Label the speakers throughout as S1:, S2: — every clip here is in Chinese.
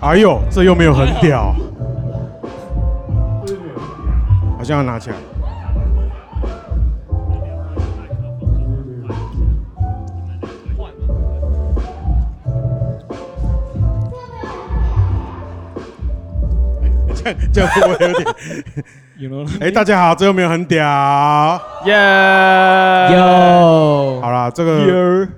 S1: 哎呦，这又没有很屌，好像要拿起来。 这样这样会不会有点？
S2: 有了，
S1: 哎、大家好，这又没有很屌。
S2: 耶
S1: 好啦，这个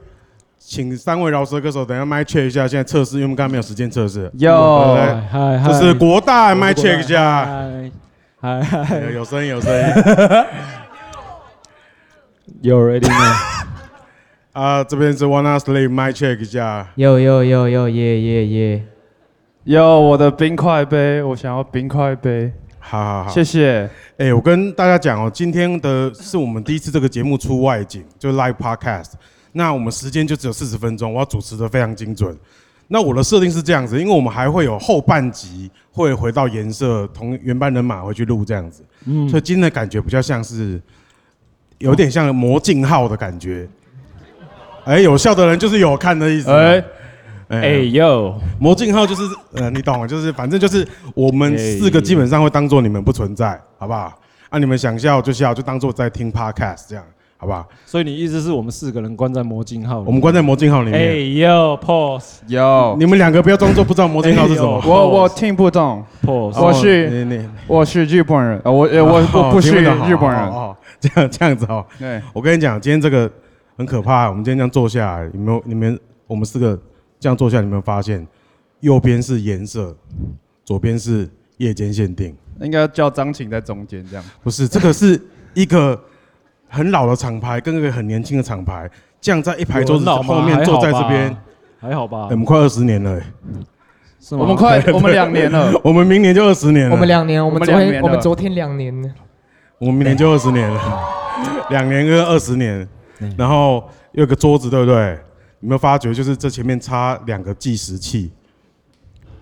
S1: 请三位饶舌歌手等一下麦 check 一下，现在测试，因为我们刚刚没有时间测试。
S2: 哟，
S1: 来
S2: 哎嗨嗨，
S1: 这是国大麦 check 一下，
S2: 嗨，嗨嗨
S1: 有有声音有 声音。
S2: ，You ready now？
S1: 啊，这边是 One Us Lay 麦 check 一下。
S3: 哟哟哟哟耶耶耶！
S4: 有我的冰块杯，我想要冰块杯，
S1: 好好好，
S4: 谢谢。
S1: 哎、我跟大家讲哦，今天的是我们第一次这个节目出外景，就 live podcast。那我们时间就只有四十分钟，我要主持的非常精准。那我的设定是这样子，因为我们还会有后半集会回到颜色同原班人马回去录这样子，
S2: 嗯
S1: 所以今天的感觉比较像是有点像魔镜号的感觉。哎、有笑的人就是有看的意思。哎、
S4: 哎
S2: 哎呦，
S1: 魔镜号就是呃，你懂，就是反正就是我们
S2: 哎
S1: 四个基本上会当做你们不存在，好不好？啊，你们想笑就笑，就当做在听 podcast 这样，好不好？
S2: 所以你意思是我们四个人关在魔镜号里？
S1: 我们关在魔镜号里
S2: 哎
S1: 面，
S2: 呦，pause
S4: 有
S1: 你们两个不要装作不知道魔镜号是什么。哦
S2: 哎呦
S4: 我我听不懂，
S2: pause，
S4: 我是
S1: 你你
S4: 我是日本人，呃我呃我
S1: 哦
S4: 我不是
S1: 听懂好
S4: 日本
S1: 哦
S4: 人，
S1: 哦，这样这样子哦。
S4: 对，
S1: 我跟你讲，今天这个很可怕。我们今天这样坐下来，你们你们我们四个这样坐下来，你们发现右边是颜色，左边是夜间限定。
S4: 应该叫张琴在中间这样。
S1: 不是，这个是一个很老的厂牌跟一个很年轻的厂牌，这样在一排桌子后面坐在这边，哎
S2: 还好吧
S1: 我？们快二十年了、 哎
S2: 是吗？
S4: 我们快我们两年 了，
S1: 我们明年就二十年了，
S3: 我们两年，我
S4: 我
S3: 们
S4: 们
S3: 昨
S4: 两
S3: 天，
S4: 年
S3: 我们
S4: 了
S3: 昨天两年呢。
S1: 我们明年就二十年了， 两年跟二十年，
S2: 嗯
S1: 然后有个桌子，对不对？有没有发觉，就是这前面插两个计时器？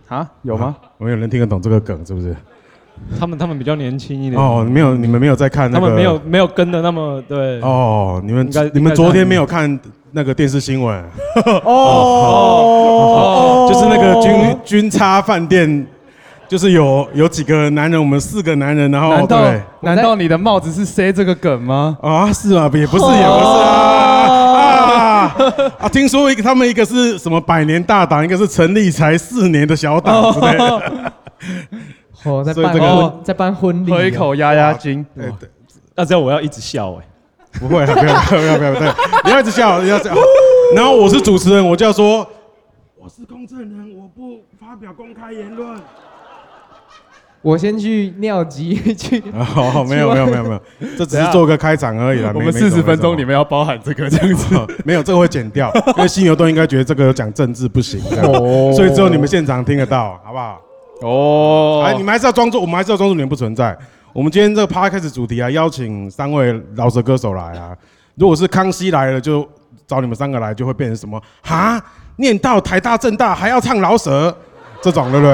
S4: 啊有吗？
S1: 我们有人听得懂这个梗是不是？
S2: 他们他们比较年轻一点，
S1: 哦，没有，你们没有在看那
S2: 嗯他
S1: 个？
S2: 们没有没有跟的那么对。
S1: 哦，你们
S2: 应该
S1: 你
S2: 应
S1: 们
S2: 该
S1: 昨天没有看那个电视新闻？
S4: 哦
S2: 哦
S1: 就是那个军军差饭店，就是有有几个男人，我们四个男人，然后
S4: 难道
S1: 对
S4: 难道你的帽子是塞这个梗吗？
S1: 啊是啊，也不是也不是啊啊啊！听说一个他们一个是什么百年大党，一个是成立才四年的小党之类的，
S3: 哦，在
S1: 所以
S3: 办
S1: 这个
S3: 婚，在办婚礼啊。
S4: 喝一口压压惊，
S1: 对对
S2: 那这样我要一直笑哎，
S1: 不会啊，不要不要不要，对，不要一直笑，不要笑。然后我是主持人，我就要说。我是公证人，我不发表公开言论。
S3: 我先去尿急 去。
S1: 哦，没有没有没有没有，这只是做个开场而已啦。
S4: 我
S1: 啊没
S4: 们
S1: 没什
S4: 四
S1: 么
S4: 十分钟
S1: 没什么
S4: 里面要包含这个这样子。
S1: 没有，这个会剪掉，因为犀牛都应该觉得这个有讲政治不行，这样
S3: 哦
S1: 所以只有你们现场听得到，好不好？
S4: 哦
S1: 哎，你们还是要装作，我们还是要装作你们不存在。我们今天这个 podcast 主题啊，邀请三位饶舌歌手来啊。如果是康熙来了，就找你们三个来，就会变成什么哈？念到台大、政大还要唱饶舌，这种对不对？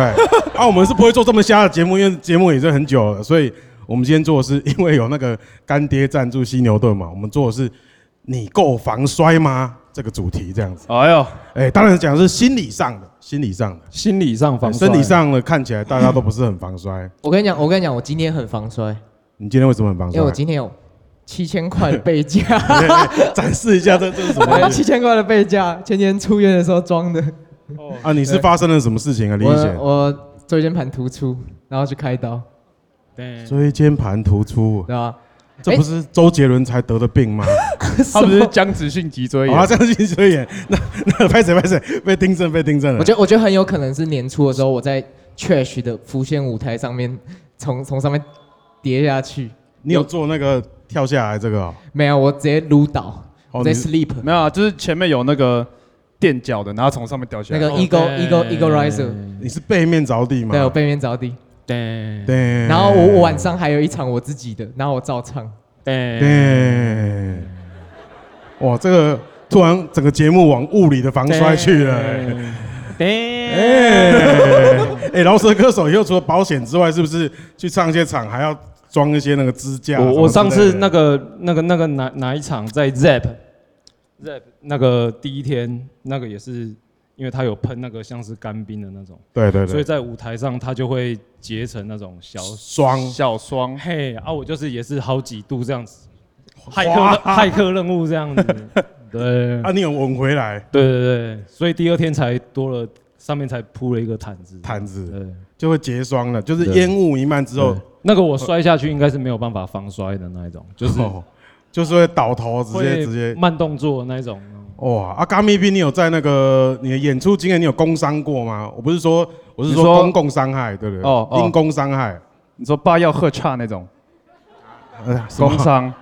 S1: 啊，我们是不会做这么瞎的节目，因为节目也是很久了，所以我们今天做的是，因为有那个干爹赞助犀牛顿嘛，我们做的是你够防摔吗？这个主题这样子。
S4: 哎呦，
S1: 哎、当然讲的是心理上的，心理上的。
S2: 心理上防，
S1: 身体，哎上呢，看起来大家都不是很防摔。
S3: 我跟你讲，我跟你讲，我今天很防摔，
S1: 你今天为什么很防
S3: 因
S1: 摔？
S3: 为我今天有七千块的背 架，
S1: 展示一下这这是 什么东西
S3: 七千块的背架，前年出院的时候装的。
S1: 啊？你是发生了什么事情啊？李易贤
S3: 我，我椎间盘突出，然后去开刀，
S2: 对，
S1: 椎间盘突出，
S3: 对吧？
S1: 这不是周杰伦才得的病吗？
S4: 他不是僵直性脊椎
S1: 好啊，
S4: 炎？
S1: 这样脊椎炎，那那拍谁拍谁被订正被订正
S3: 我
S1: 了。
S3: 觉得我觉得很有可能是年初的时候，我在 Trash 的浮现舞台上面，从从上面跌下去，
S1: 你有做那个跳下来这个哦？
S3: 没有，我直接撸倒，
S1: 哦
S3: 我在
S1: 你
S3: sleep。
S4: 没有啊，就是前面有那个垫脚的，然后从上面掉下
S3: 那
S4: 来。
S3: 个 ego ego ego riser，
S1: 你是背面着地吗？
S3: 对我背面着地，
S2: 对对
S1: 对。
S3: 然后我我晚上还有一场我自己的，然后我照唱，
S2: 对，
S1: 对，哇，这个突然整个节目往物理的防摔去了。哎
S2: 对，
S1: 哎，哎，饶舌歌手以后除了保险之外，是不是去唱一些场还要装一些那个支架？
S2: 我我上次那
S1: 个
S2: 个那个那个哪哪一场在 Zap Zap 那个第一天那个也是因为它有喷那个像是干冰的那种，
S1: 对对
S2: 所
S1: 对，
S2: 以在舞台上它就会结成那种小
S1: 双
S4: 小双，
S2: 嘿啊，我就是也是好几度这样子，骇
S1: 哇
S2: 客骇客任务这 样子，对
S1: 啊，你有吻回来
S2: 对对对，所以第二天才多了，上面才铺了一个毯子，
S1: 毯子
S2: 对。
S1: 就会结霜了，就是
S2: 对
S1: 烟雾弥漫之后
S2: 对，那个我摔下去应该是没有办法防摔的那一种，就是
S1: 哦就是会倒头，直接
S2: 会
S1: 直接
S2: 慢动作那一种。嗯
S1: 哇！阿嘎咪咪，你有在那个你的演出经验，你有工伤过吗？我不是说，我是
S4: 你
S1: 说
S4: 说
S1: 公共伤害，对不对？
S4: 哦哦
S1: 因公伤害，
S4: 你说爸要喝差那种
S1: 哎呀什么
S4: 工伤，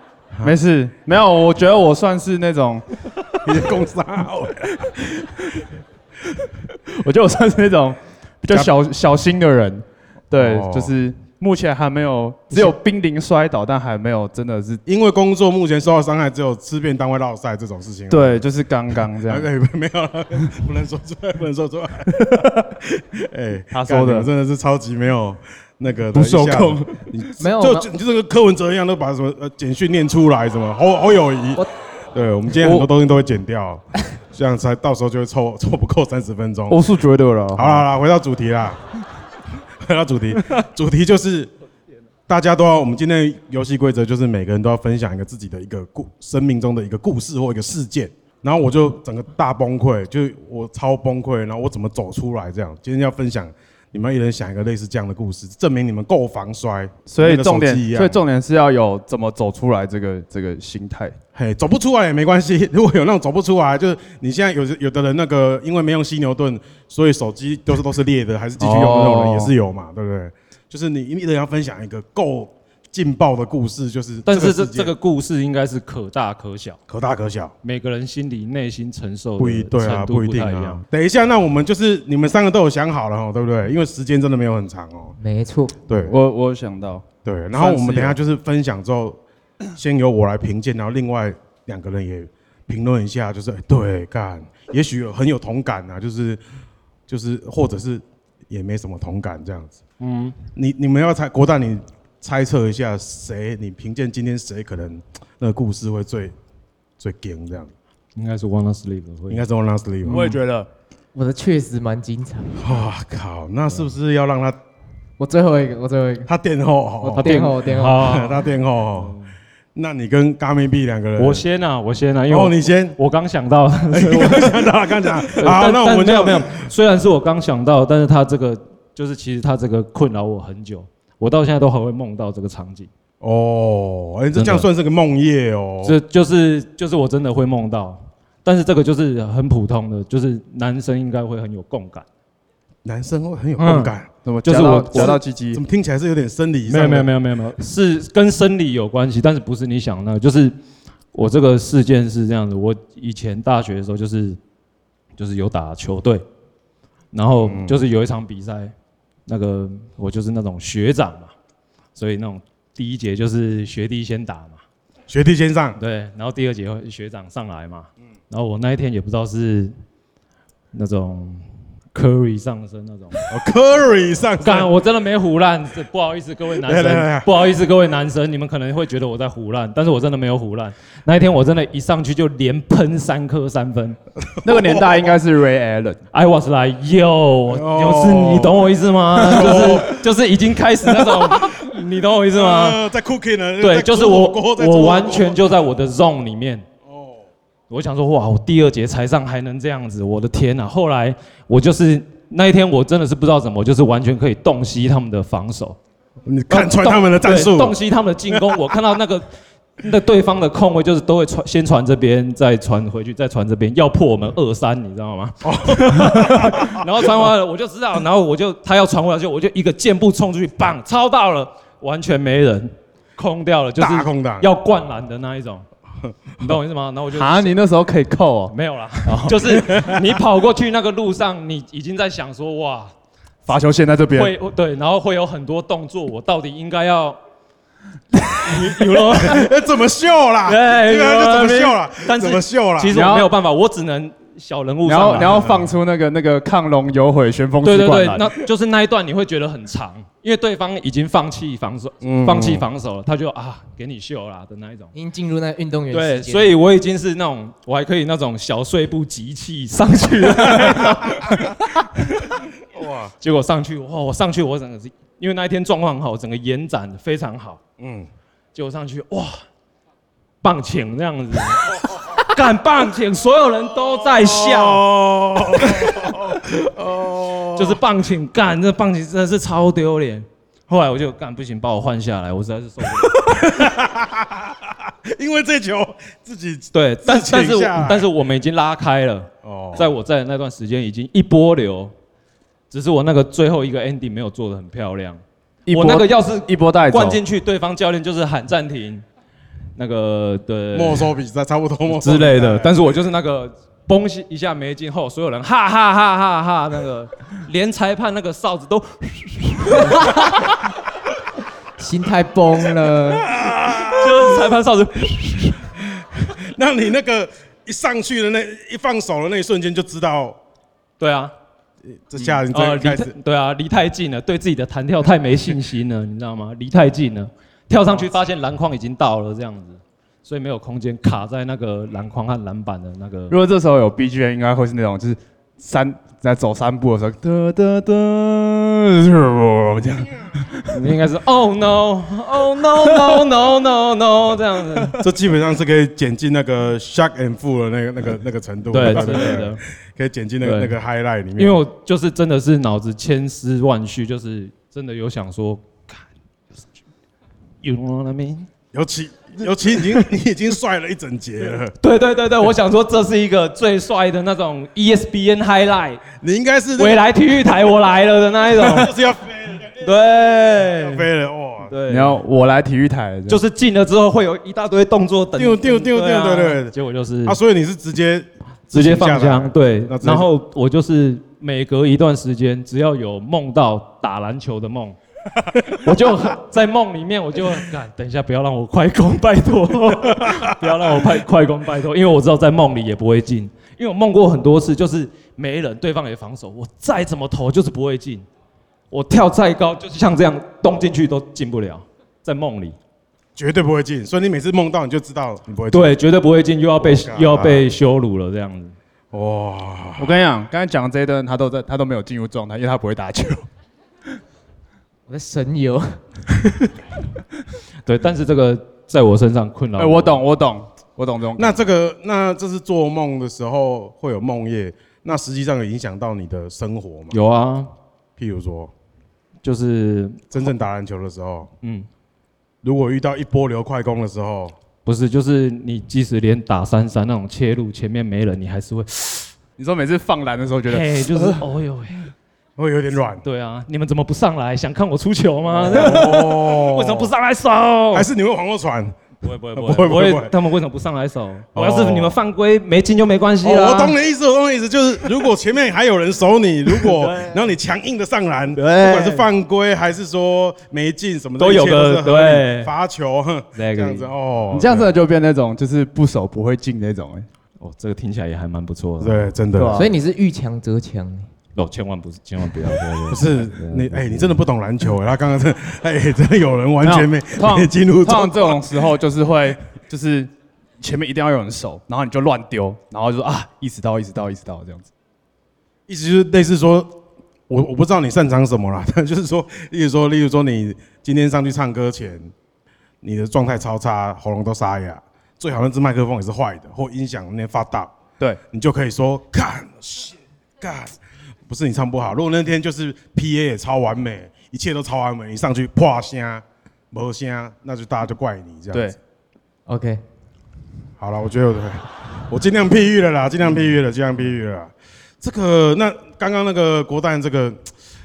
S4: 没事，没有，我觉得我算是那 种，
S1: 你的工伤害？
S4: 我觉得我算是那种比较小小心的人，对
S1: 哦，
S4: 就是目前还没有，只有濒临摔倒，但还没有真的是，
S1: 因为工作目前受到伤害，只有吃便当会落晒这种事情。
S4: 对，就是刚刚 这
S1: 啊，
S4: 样。
S1: 对，没有了，不能说出来，不能说出来。哎，
S4: 他说的
S1: 干你们真的是超级没有那个的
S4: 不受
S1: 一下子
S4: 控，
S3: 没有，
S1: 就
S3: 我
S1: 就就这个柯文哲一样，都把什么呃简讯念出来，什么侯侯友谊
S3: 我，
S1: 对我们今天很多东西都会剪掉，这样才到时候就会凑凑不够三十分钟。
S4: 我是觉得了，
S1: 好了好了，回到主题啦， 回到主题，主题就是大家都要，我们今天的游戏规则就是每个人都要分享一个自己的一个故生命中的一个故事或一个事件。然后我就整个大崩溃，就我超崩溃，然后我怎么走出来？这样，今天要分享，你们一人想一个类似这样的故事，证明你们够防摔。
S4: 所
S1: 跟
S4: 以
S1: 你的手
S4: 重点
S1: 机一，样
S4: 所以重点是要有怎么走出来这个这个心态。
S1: 嘿，走不出来也没关系。 如果有那种走不出来，就是你现在有有的人那个，因为没用犀牛盾，所以手机都是都是裂的，还是继续用的那种人
S4: 哦
S1: 也是有嘛，对不对？就是你一定要分享一个够劲爆的故事，就是
S2: 但是这
S1: 事件
S2: 这个故事应该是可大可小，
S1: 可大可小，
S2: 每个人心里内心承受
S1: 不一
S2: 的
S1: 对啊，
S2: 程度
S1: 不一定
S2: 太一
S1: 啊
S2: 样。。
S1: 等一下，那我们就是你们三个都有想好了哈，对不对？因为时间真的没有很长哦。
S3: 没错，
S1: 对
S4: 我我有想到，
S1: 对，然后我们等一
S4: 算是
S1: 下
S4: 有
S1: 就是分享之后， 先由我来评鉴，然后另外两个人也评论一下，就是、哎对干，也许有很有同感啊，就是就是或者是也没什么同感这样子。
S2: 嗯，
S1: 你你们要猜国大，你猜测一下谁？你评鉴今天谁可能那个故事会最最惊这样？
S2: 应该是 Wanna Sleep
S1: 应
S2: 会。
S1: 该是 One Last Leave 吧。
S4: 觉得
S3: 我的确实蛮精彩。
S1: 哇靠，那是不是要让他
S3: 我最后一个，我最后一个，
S1: 他垫后哦？
S3: 我垫后，我垫后。
S2: 好，
S1: 他垫后哦。那你跟嘎咪币两个人，
S2: 我先啊，我先啊，因为
S1: 哦
S2: 我
S1: 你先。
S2: 我刚想到， 所以我
S1: 刚讲，刚讲。
S2: 对
S1: 好， 那
S2: 但但
S1: 我们
S2: 没有
S1: 就
S2: 没有，虽然是我刚想到，但是他这个就是其实他这个困扰我很久，我到现在都还会梦到这个场景，
S1: 哦，哎，这
S2: 真的
S1: 这样算是个梦夜哦。
S2: 这就是就是我真的会梦到，但是这个就是很普通的，就是男生应该会很有共感，
S1: 男生会很有共感，
S4: 怎么
S2: 嗯就是
S4: 夹到
S2: 我
S4: 夹到鸡鸡
S1: 怎，么听起来是有点生理
S2: 没
S1: 上的？
S2: 有没有没有没有没有，是跟生理有关系，但是不是你想那个，就是我这个事件是这样子，我以前大学的时候就是就是有打球队，然后
S1: 嗯
S2: 就是有一场比赛，那个我就是那种学长嘛，所以那种第一节就是学弟先打嘛，
S1: 学弟先哦上，
S2: 对，然后第二节会学长上来
S1: 嗯
S2: 嘛，然后我那一天也不知道是那种 Curry 上身那种。
S1: 哦，Curry 上
S2: 干，
S1: 上。
S2: 我真的没胡乱，这不好意思各位男
S1: 来来来
S2: 生，不好意思各位男生，你们可能会觉得我在胡乱，但是我真的没有胡乱。那一天我真的一上去就连喷三颗三分
S4: 那个年代应该是 Ray Allen，
S2: ，I was like yo，就是你懂我意思吗？
S1: 哦
S2: 就是就是已经开始 那种，你懂我意思吗？
S1: 呃在 cooking 呢？
S2: 对，
S1: 在
S2: 就是
S1: 煮
S2: 我
S1: 火锅在煮火
S2: 我
S1: 锅
S2: 完全就在我的 zone 里面。
S1: 哦，
S2: 我想说，哇，我第二节才上还能这样子，我的天啊！后来我就是那一天，我真的是不知道怎么，就是完全可以洞悉他们的防守。
S1: 你看穿他们的战术
S2: 对，洞悉他们的进攻。我看到那个 那对方的空位，就是都会传，先传这边，再传回去，再传这边，要破我们二三，你知道吗？哦 然后传完了，我就知道，然后我就他要传过来就我就一个箭步冲出去，棒，抄到了，完全没人，空掉了，就是
S1: 大空档。
S2: 要灌篮的那一种，你懂我意思吗？然后我就
S4: 啊，你那时候可以扣哦，
S2: 没有啦，就是你跑过去那个路上，你已经在想说哇。
S4: 罚球线在这边，
S2: 会对，然后会有很多动作，我到底应该要有有了，
S1: 哎，怎么秀啦？
S2: 哎
S1: 这个就怎么
S2: 有
S1: 秀啦？
S2: 但是
S1: 怎么秀啦？
S2: 其实我没有办法，我只能小人物
S4: 然
S2: 上
S4: 后
S2: 来。
S4: 然后放出那个那个亢龙有悔旋风
S2: 对
S4: 之
S2: 对
S4: 冠
S2: 对，
S4: 来，
S2: 那就是那一段你会觉得很长，因为对方已经放弃防守，
S1: 嗯
S2: 放弃防守了，他就啊给你秀啦的那一种。
S3: 已经进入那运动员
S2: 对，
S3: 时间
S2: 所以我已经是那种，我还可以那种小碎步集气上去的那种
S1: 哇！
S2: 结果上去，哇！我上去，我整个是因为那一天状况很好，我整个延展得非常好。
S1: 嗯，
S2: 结果上去，哇！棒请这样子， 干棒请，所有人都在笑，
S1: 哦，
S2: 就是棒请干，这棒请真的是超丢脸。后来我就干不行，把我换下来，我实在是受不了。
S1: 因为这球自己
S2: 对，但
S1: 自己
S2: 但是我
S1: 下来
S2: 但是我们已经拉开了，
S1: 哦，
S2: 在我在的那段时间已经一波流，只是我那个最后一个 ending 没有做的很漂亮，
S4: 一波
S2: 我那个要是
S4: 一波带走
S2: 灌，进去，对方教练就是喊暂停，那个对
S1: 没收比赛差不哎多没收
S2: 之
S1: 比赛
S2: 类的，但是我就是那个崩一下没进后，所有人哈哈哈哈哈，那 个连裁判那个哨子都
S3: 心态崩了，
S2: 就是裁判哨子，
S1: 那你那个一上去的那一放手的那一瞬间就知道，
S2: 对啊，
S1: 这下你再
S2: 呃离
S1: 开
S2: 太
S1: 始
S2: 对啊，离太近了，对自己的弹跳太没信 心了，你知道吗？离太近了，跳上去发现篮筐已经到了这样子，所以没有空间卡在那个篮筐和篮板的那个。
S4: 如果这时候有 BGM，应该会是那种就是三在走三步的时候，哒哒哒，这样。
S2: 你应该是 Oh no, Oh no, No no no no 这样子，
S1: 这基本上是可以减进那个 shock and full 的那个那个那个程度，
S2: 对之类的。
S1: 可以减进那个那
S2: 对
S1: 个 highlight 里面。
S2: 因为我就是真的是脑子千丝万绪，就是真的有想说，You know what I mean？
S1: 尤其尤其已经 你已经帅了一整节了，
S2: 对对对对，我想说这是一个最帅的那种 E ESPN highlight，
S1: 你应该是那个
S2: 未来体育台我来了的那一种。
S1: 就是要飞了，要
S2: 对
S1: 飞了哦哇！
S2: 对，
S4: 然后我来体育台，
S2: 就是是进了之后会有一大堆动作等，
S1: 丢丢丢
S2: 对啊
S1: 丢对对
S2: 结果就是
S1: 啊，所以你是直接
S2: 直接放枪，对
S1: 那直，接
S2: 然后我就是每隔一段时间，只要有梦到打篮球的 梦。我就很在梦里面，我就干，等一下不要让我快攻，拜托， 不要让我快快攻，拜托，因为我知道在梦里也不会进，因为我梦过很多次，就是没人，对方也防守，我再怎么投就是不会进，我跳再高就是像这样咚进去都进不了，在梦里。
S1: 绝对不会进，所以你每次梦到你就知道你不会进。
S2: 对，绝对不会进，Oh 又要被
S1: God
S2: 又要被羞辱了这样子。
S1: 哇，
S4: 我跟你讲，刚才讲的这一段，他都在，他都没有进入状态，因为他不会打球。
S3: 我在 神游。
S2: 对，但是这个在我身上困扰。
S4: 哎，我。懂，我懂，我懂这种。
S1: 那这个那这是做梦的时候会有梦夜，那实际上有影响到你的生活吗？
S2: 有啊，
S1: 譬如说，
S2: 就是
S1: 真正打篮球的时候，
S2: 嗯，
S1: 如果遇到一波流快攻的时候，
S2: 不是，就是你即使连打三三那种切入前面没人，你还是会，
S4: 你说每次放篮的时候，觉得
S2: 嘿，就是
S1: 呃
S2: 哦呦
S1: 会
S2: 喂，。
S1: 有点软
S2: 对啊，你们怎么不上来？想看我出球吗？
S1: 哦
S2: 为什么不
S1: 是？
S2: 上来守？
S1: 哦还是你啊会往后传？
S2: 不会不会
S1: 不会不会不会
S2: 他们为什么不上来守？我要是你们犯规没进就没关系啊
S1: 哦，
S2: 啦。
S1: 我懂你的意思，我懂你的意思，就是如果前面还有人守你，如果然后你强硬的上篮，不管是犯规还是说没进什么的，
S2: 都有
S1: 一切是
S2: 个
S1: 合理
S2: 对
S1: 罚球，哼这
S2: Exactly
S1: 样子哦，
S4: 你这样子就变那种就是不守不会进那种。哎，
S2: 哦，这个听起来也还蛮不错的。
S1: 对，真的
S4: 对啊
S3: 所以你是遇强则强，
S2: 哦，千万不是，千万不要，不要不要
S1: 不 是你哎，你真的不懂篮球，他刚刚真的哎，真的有人完全没
S4: 没有
S1: 没进入
S4: 通
S1: 状
S4: 常这种时候就是会，就是前面一定要有人守，然后你就乱丢，然后就说啊，意识到，意识到，意识到这样子。
S1: 意思就是类似说，我我不知道你擅长什么啦， 但就是说，例如说，例如说，你今天上去唱歌前，你的状态超差，喉咙都沙哑，最好那只麦克风也是坏的，或音响那边发大，
S4: 对，
S1: 你就可以说干干，不是你唱不好，如果那天就是 P A 也超完美，一切都超完美，你上去破声。没声，那就大家就怪你这样
S4: 对
S1: 子。，
S3: OK，
S1: 好了，我觉得我我尽量譬喻了啦，尽量譬喻了，尽量譬喻了啦。这个那刚刚那个国蛋这个，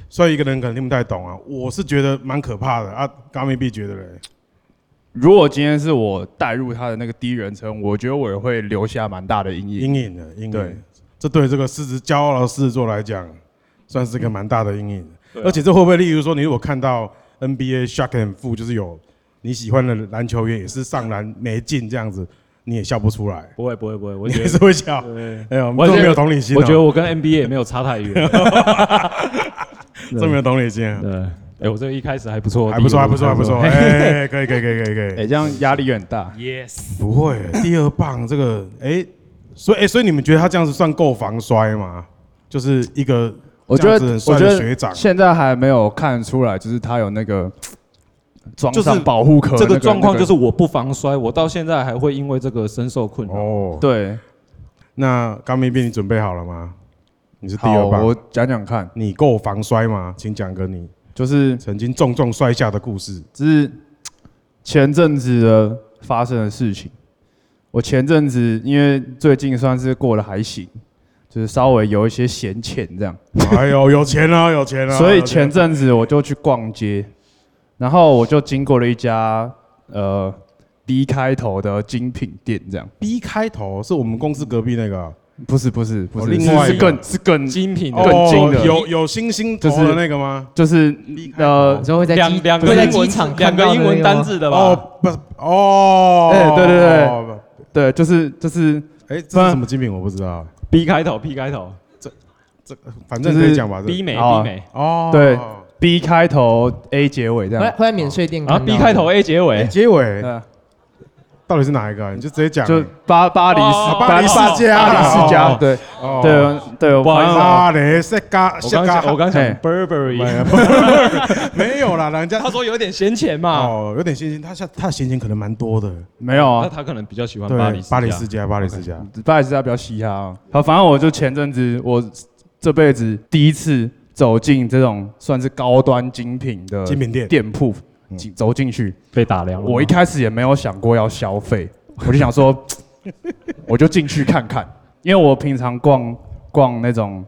S1: 所以一个人可能听不太懂啊，我是觉得蛮可怕的啊。刚没必觉得嘞，
S4: 如果今天是我带入他的那个第一人称，我觉得我也会留下蛮大的阴影。
S1: 阴影的阴
S4: 对
S1: 影，这对这个狮子骄傲的狮子座来讲，算是个蛮大的阴影。
S4: 对啊
S1: 而且这会不会，例如说，你如果看到 NBA Shock and Fu，就是有你喜欢的篮球员也是上篮没进这样子，你你也笑 不出来，
S2: 不会不会不会，我
S1: 你
S2: 觉
S1: 还
S2: 得
S1: 是会笑。
S2: 对，
S1: 哎呦，我
S2: 我
S1: 们这
S2: 觉得
S1: 么没有同理心哦，
S2: 我觉得我跟 NBA 也没有差太远。
S1: 这么没有同理心啊，
S2: 对，哎，我这个一开始还不错，
S1: 还不错，
S2: 第
S1: 还
S2: 一
S1: 不错，还 不错。
S2: 嘿
S1: 哎，可以，可以，可以，可以，可以
S4: 哎，。这样压力也很大。
S2: Yes，
S1: 不会，第二棒这个，哎，所以，哎，所以你们觉得他这样子算够防摔吗？就是一个
S4: 我觉
S1: 这样
S4: 得
S1: 子很，帅
S4: 我觉
S1: 的学
S4: 得
S1: 长，
S4: 现在还没有看出来，就是他有那个装
S2: 就是
S4: 上保护呃壳那。
S2: 这个状况就是
S4: 那
S2: 我不防摔，我到现在还会因为这个深受困扰。
S1: 哦
S4: 个，对。
S1: 那高明斌，你准备好了吗？你是第
S4: 好，
S1: 二棒
S4: 我，讲讲看，
S1: 你够防摔吗？请讲个你
S4: 就是
S1: 曾经重重摔下的故事。
S4: 只是前阵子的发生的事情。我前阵子因为最近算是过得还行，就是稍微有一些闲钱这样，
S1: 哎呦，有钱啊，有钱啊！
S4: 所以
S1: 有钱
S4: 前阵子我就去逛街，然后我就经过了一家呃 B 开头的精品店，这样
S1: B 开头是我们公司隔壁那个啊
S4: 不是不是不
S1: 哦
S4: 是，
S1: 另外一
S4: 是
S1: 个
S4: 更是更
S2: 精品
S3: 哦
S4: 更
S2: 的
S4: 近的
S1: 哦有有星星头的那个吗？
S4: 就是呃
S3: 你说会在
S2: 两
S3: 机
S2: 两
S3: 会
S2: 个
S3: 在
S2: 英
S3: 机
S2: 文
S3: 场
S2: 两
S3: 看
S2: 个
S3: 到
S2: 英
S3: 的那
S2: 文
S3: 个
S2: 单
S3: 吗
S2: 字的
S1: 哦
S2: 吧？
S1: 不是哦，
S4: 哎对对对
S1: 哦，
S4: 对就是就是
S1: 哎，这是什么精品我不知道，
S2: ，B 开头，B 开头
S1: 反正可以讲吧。这
S2: ，B 美
S4: 好啊
S2: ，B 美
S1: 哦，
S4: 对 B 开头 A 结尾这
S3: 会
S4: 样，
S3: 会在免税店
S2: 啊
S3: 看到
S2: ，B 开头 A 结
S1: 哎
S2: 尾，
S1: 结尾
S4: 对，
S1: 到底是哪一个啊？你就直接讲。
S4: 就巴巴黎
S2: 哦
S4: 世
S1: 巴黎世家
S4: 巴黎世
S1: 哦
S4: 家对。
S1: 哦，
S4: 对对，
S2: 不好意思
S4: 反
S1: 巴黎世家，
S2: 我
S1: 世
S2: 刚
S1: 家
S2: 讲我刚讲
S1: 哎
S4: 嘿
S2: Burberry，
S1: 没有啦，人家
S2: 他说有啊点闲钱嘛，
S1: 哦有点信心，他下他的闲钱可能蛮多的。
S4: 正没有
S2: 那
S4: 啊，
S2: 他可能比较喜欢
S1: 对
S2: 巴黎，啊
S1: 巴黎
S2: 家
S1: 世家，巴黎世家，
S4: 巴黎世家比较嘻哈啊。好，反正我就前阵子，我这辈子第一次走进这种算是高端精品的
S1: 精品店
S4: 店铺
S1: 嗯，
S4: 进走进去，
S2: 被打量了吗。
S4: 我一开始也没有想过要消 费，我就想说，我就进去看看，因为我平常逛逛那种